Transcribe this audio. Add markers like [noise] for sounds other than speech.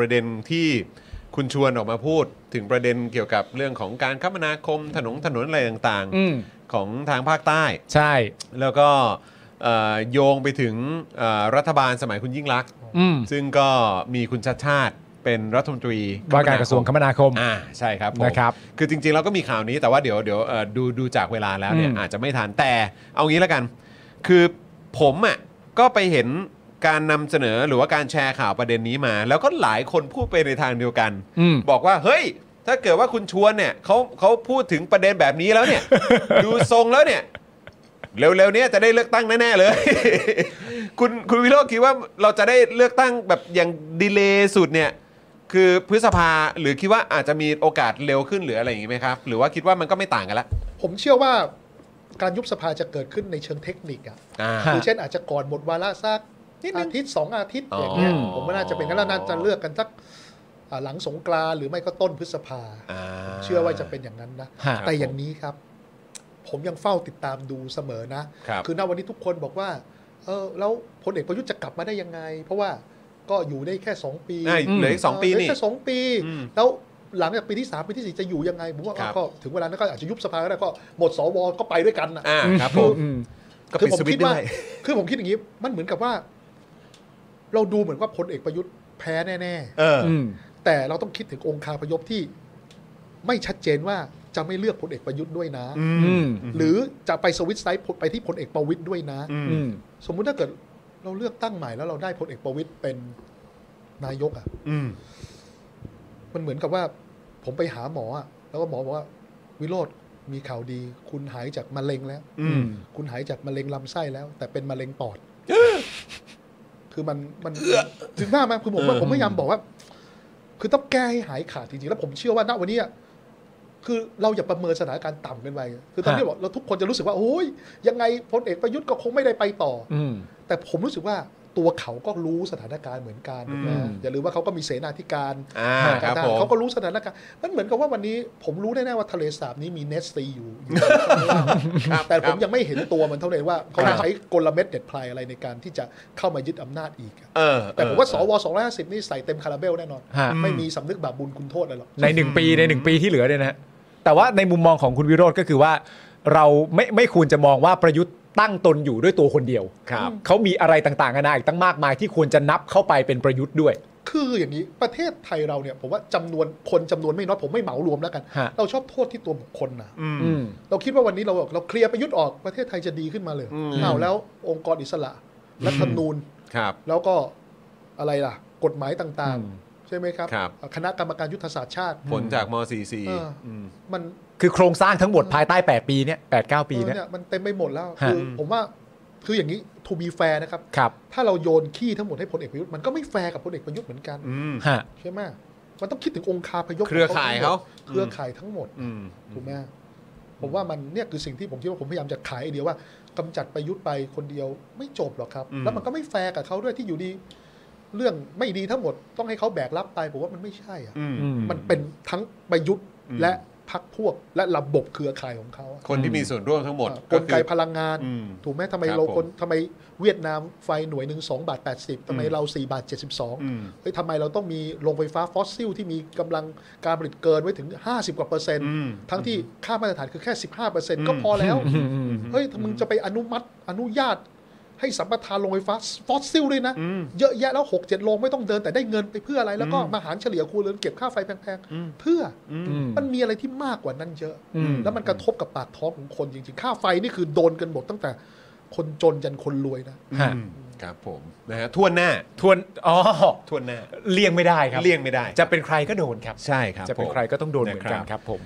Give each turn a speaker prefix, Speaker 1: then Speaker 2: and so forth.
Speaker 1: ประเด็นที่คุณชวนออกมาพูดถึงประเด็นเกี่ยวกับเรื่องของการคมนาคมถนนถนนอะไรต่าง
Speaker 2: อืม
Speaker 1: ๆ ของทางภาคใต้
Speaker 2: ใช่
Speaker 1: แล้วก็เอ่อโยงไปถึงเอ่อรัฐบาลสมัยคุณยิ่งรักษณ์
Speaker 2: อืม
Speaker 1: ซึ่งก็มีคุณชาติชาติเป็นรัฐมนตรี
Speaker 2: ว่าการกระทรวงคมนาคม
Speaker 1: อ่าใช่ครับผม
Speaker 2: นะครับ
Speaker 1: คือจริงๆเราก็มีข่าวนี้แต่ว่าเดี๋ยวเดี๋ยวเอ่อดูดูจากเวลาแล้วเนี่ย
Speaker 2: อืม
Speaker 1: อาจจะไม่ทันแต่เอางี้แล้วกัน คือผมอ่ะก็ไปเห็นการนำเสนอหรือว่าการแชร์ข่าวประเด็นนี้มา แล้วก็หลายคนพูดไปในทางเดียวกัน
Speaker 2: อืม
Speaker 1: บอกว่าเฮ้ย ถ้าเกิดว่าคุณชวนเนี่ยเขาเขาพูดถึงประเด็นแบบนี้แล้วเนี่ย ดูทรงแล้วเนี่ย เร็วๆเนี้จะได้เลือกตั้งแน่ๆเลย [laughs] คุณคุณวิโรจน์คิดว่าเราจะได้เลือกตั้งแบบอย่างดีเลย์สุดเนี่ย คือพฤษภาหรือคิดว่าอาจจะมีโอกาสเร็วขึ้นหรืออะไรอย่างงี้ไหมครับ หรือว่าคิดว่ามันก็ไม่ต่างกันละ
Speaker 3: ผมเชื่อว่าการยุบสภาจะเกิดขึ้นในเชิงเทคนิคอะ
Speaker 1: อ่า
Speaker 2: ฮะ
Speaker 3: คือเช่นอาจจะก่อนหมดวาระสัก
Speaker 1: นิดนึง
Speaker 3: อาทิตย์สองอาทิตย์
Speaker 1: อ๋ออ
Speaker 3: อย่างเงี้ย
Speaker 1: อืม
Speaker 3: ผมว่าน่าจะเป็นงั้นแล้วน่าจะเลือกกันสักอ่าหลังสงกรานต์หรือไม่ก็ต้นพฤษภา
Speaker 1: อ่า
Speaker 3: เชื่อว่าจะเป็นอย่างนั้นนะ
Speaker 2: ฮะ
Speaker 3: แต่อย่างนี้ครับ ผมยังเฝ้าติดตามดูเสมอนะ
Speaker 1: ครับ
Speaker 3: คือณวันนี้ทุกคนบอกว่า เออแล้วพลเอกประยุทธ์จะกลับมาได้ยังไง เพราะว่าก็อยู่ได้แค่ 2 ปี
Speaker 1: อ่าเหลืออีกสองปี
Speaker 3: เเหลื
Speaker 1: นี่
Speaker 3: แค่สองปี
Speaker 1: อืม
Speaker 3: แล้วหลังจากปีที่ 3 ปีที่ 4 จะอยู่ยังไง ผมว่า
Speaker 1: ครับ
Speaker 3: ก็ถึงเวลานั้นก็อาจจะยุบสภาก็ได้ก็หมดสวก็ไปด้วยกันนะ
Speaker 1: อ่าครับผม
Speaker 2: อืม
Speaker 1: ก็ปิด
Speaker 3: คือผม
Speaker 1: สวิต
Speaker 3: คิด
Speaker 1: ช์ด้
Speaker 3: ว่า
Speaker 1: วย
Speaker 3: คือผมคิดอย่างนี้ มันเหมือนกับว่า เราดูเหมือนว่าพลเอกประยุทธ์แพ้แน่
Speaker 1: เออ
Speaker 2: อืม
Speaker 3: ๆ แต่เราต้องคิดถึงองคาพยพที่ ไม่ชัดเจนว่าจะไม่เลือกพลเอกประยุทธ์ด้วยนะ
Speaker 1: อื
Speaker 2: อื
Speaker 1: ม
Speaker 2: ม
Speaker 3: หรือจะไปสวิตช์ไซด์ไปที่พลเอกประวิตยด้วยนะ
Speaker 1: อืม
Speaker 2: อืม
Speaker 3: สมมุติถ้าเกิดเราเลือกตั้งใหม่แล้วเราได้พลเอกประวิตยเป็นนายกอ่ะ
Speaker 1: อืม
Speaker 3: มันเหมือนกับว่าผมไปหาหมออะแล้วก็หมอบอกว่าวิโรธมีข่าวดี คุณหายจากมะเร็งแล้ว
Speaker 1: อืม
Speaker 3: คุณหายจากมะเร็งลำไส้แล้ว แต่เป็นมะเร็งปอด [gasps] คือมันมันถึงหน้ามาคือผมว่า
Speaker 1: เออ
Speaker 3: ผมพยายามบอกว่า คือต้องแก้ให้หายขาดจริงๆแล้วผมเชื่อว่าณวันนี้อะคือเราอย่าประเมินสถานการณ์ต่ำเกันไปคือตอนนี้
Speaker 2: ฮะ
Speaker 3: บอกเราทุกคนจะรู้สึกว่าโอ้ยยังไงพลเอกประยุทธ์ก็คงไม่ได้ไปต่อ
Speaker 2: อืม
Speaker 3: แต่ผมรู้สึกว่าตัวเขาก็รู้สถานการณ์เหมือนกันถูกไหม
Speaker 2: อืม
Speaker 3: อย่าลืมว่าเขาก็มีเสนาธิการ
Speaker 1: อ่า
Speaker 3: ท
Speaker 1: ค
Speaker 3: หา
Speaker 1: รับ
Speaker 3: รท
Speaker 1: ผ
Speaker 3: หาร
Speaker 1: ม
Speaker 3: เขาก็รู้สถานการณ์มันเหมือนกับว่าวันนี้ผมรู้แน่ๆว่าทะเลสาบนี้มีเนสซี
Speaker 1: [laughs]
Speaker 3: อยู่อยู่
Speaker 1: ครับ
Speaker 3: แต่
Speaker 1: ค
Speaker 3: ผ
Speaker 1: รับ
Speaker 3: มยังไม่เห็นตัวมันเท่าไหร่ว่าเขา
Speaker 1: ครับ
Speaker 3: ใช้กลเม็ดเด็ดพลายอะไรในการที่จะเข้ามายึดอำนาจอีกอะ
Speaker 1: เออ
Speaker 3: แต่ผมว่าส
Speaker 1: เออ
Speaker 3: ว250 นี่ใส่เต็มคาราเบลแน่นอน
Speaker 2: ฮะ
Speaker 3: ไม่มีสำนึกบาปบุญคุณโทษอะไรหรอก
Speaker 2: ในหนึ่งปีในหนึ่งปีที่เหลือเนี่ยนะฮะแต่ว่าในมุมมองของคุณวิโรธก็คือว่า เราไม่ไม่ควรจะมองว่าประยุทธ์ตั้งตนอยู่ด้วยตัวคนเดียว
Speaker 1: ครับ
Speaker 2: เขามีอะไรต่างๆกันานาอีกตั้งมากมายที่ควรจะนับเข้าไปเป็นประยุทธ์ด้วย
Speaker 3: คืออย่างนี้ประเทศไทยเราเนี่ยผมว่าจำนวนคนจำนวนไม่น้อยผมไม่เหมารวมแล้วกัน
Speaker 2: ฮะ
Speaker 3: เราชอบโทษที่ตัวบุคคลนะ
Speaker 1: อืม
Speaker 2: อืม
Speaker 3: เราคิดว่าวันนี้เราเราเคลียร์ประยุทธ์ออกประเทศไทยจะดีขึ้นมาเลย
Speaker 1: อืม
Speaker 3: อ้าวแล้วองค์กรอิสระรัฐธรรมนูญ
Speaker 1: ครับ
Speaker 3: แล้วก็อะไรล่ะ กฎหมายต่าง
Speaker 2: อืม
Speaker 3: ๆ ใช่ไหมครับ
Speaker 1: ครับ
Speaker 3: คณะกรรมการยุทธศาสตร์ชาติ
Speaker 1: ผลจากม .44
Speaker 3: เอออื
Speaker 1: ม
Speaker 3: มัน
Speaker 2: คือโครงสร้างทั้งหมดภายใต้ 8 ปีเนี่ยแปดเก้าปี
Speaker 3: เออ
Speaker 2: เนี่ย
Speaker 3: เนี่ยมันเต็มไปหมดแล้ว
Speaker 2: ฮะ
Speaker 3: คือผมว่าคืออย่างนี้ to be fair นะครับ
Speaker 2: ครับ
Speaker 3: ถ้าเราโยนขี้ทั้งหมดให้พลเอกประยุทธ์มันก็ไม่แฟร์กับพลเอกประยุทธ์เหมือนกัน
Speaker 1: อืม
Speaker 2: ฮะ
Speaker 3: ใช่ไหมมันต้องคิดถึงองคาพยพ
Speaker 1: เครือข่ายเขา
Speaker 3: เครือ
Speaker 1: ม
Speaker 3: ข่ายทั้งหมด
Speaker 1: อืม
Speaker 3: ถูกไหมผมว่ามันเนี่ยคือสิ่งที่ผมคิดว่าผมพยายามจะขายไอเดียว่ากำจัดประยุทธ์ไปคนเดียวไม่จบหรอกครับ
Speaker 1: อืม
Speaker 3: แล้วมันก็ไม่แฟร์กับเขาด้วยที่อยู่ดี เรื่องไม่ดีทั้งหมดต้องให้เขาแบกรับไปผมว่ามันไม่ใช่อะ
Speaker 1: อืม
Speaker 2: อืม
Speaker 3: มันเป็นทั้งประยุทธ์
Speaker 1: อืม
Speaker 3: และพรรคพวกและระบบเครือข่ายของเขาอะ
Speaker 1: คนที่มีส่วนร่วมทั้งหมด
Speaker 3: อ่ะก
Speaker 1: ก็
Speaker 3: ล
Speaker 1: คือ
Speaker 3: ไกพลังงาน
Speaker 1: อืม
Speaker 3: ถูกไหมทำไม
Speaker 1: ครับ
Speaker 3: เรา
Speaker 1: ผม
Speaker 3: คนทำไมเวียดนามไฟหน่วยหนึ่งสองบาทแปดสิบทำไม
Speaker 1: อืม
Speaker 3: เราสี่บาทเจ็ดสิบสอง
Speaker 1: อืม
Speaker 3: เฮ้ยทำไมเราต้องมีโรงไฟฟ้าฟอสซิลที่มีกำลังการผลิตเกินไว้ถึง 50 กว่าเปอร์เซ็นต์
Speaker 1: อืม
Speaker 3: ทั้งที่ค่ามาตรฐานคือแค่ 15เปอร์เซ็น
Speaker 1: อื
Speaker 3: ต์
Speaker 1: ม
Speaker 3: ก็พอแล้ว
Speaker 2: อืมอืมอืม
Speaker 3: เฮ้ยถ้ามึงจะไปอนุมัติอนุญาต ให้สัมปทานโรงไฟฟ้าฟอสซิลด้วยนะ
Speaker 1: อืม
Speaker 3: เยอะแยะแล้ว 6 7 โรงไม่ต้องเดินแต่ได้เงินไปเพื่ออะไร แล้วก็
Speaker 1: อืม
Speaker 3: มาหารเฉลี่ยครัวเรือนเก็บค่าไฟแพง
Speaker 1: อืม
Speaker 3: ๆ เพื่อ
Speaker 1: อืม
Speaker 2: อืม
Speaker 3: มันมีอะไรที่มากกว่านั้นเยอะ
Speaker 2: อืม
Speaker 3: แล้วมันกระทบกับปากท้องของคนจริงๆ ค่าไฟนี่คือโดนกันหมดตั้งแต่คนจนยันคนรวยนะ
Speaker 2: ฮะ
Speaker 1: อืมครับผมนะฮะทวนหน้า
Speaker 2: ทวนอ๋อ
Speaker 1: ทวนหน้า
Speaker 2: เลี่ยงไม่ได้ครับ
Speaker 1: เลี่ยงไม่ได้
Speaker 2: จะเป็นใครก็โดนครับ
Speaker 1: ใช่ครับ
Speaker 2: จะเป็น
Speaker 1: ผม
Speaker 2: ใครก็ต้องโดนเหมือนกันะ ครับผม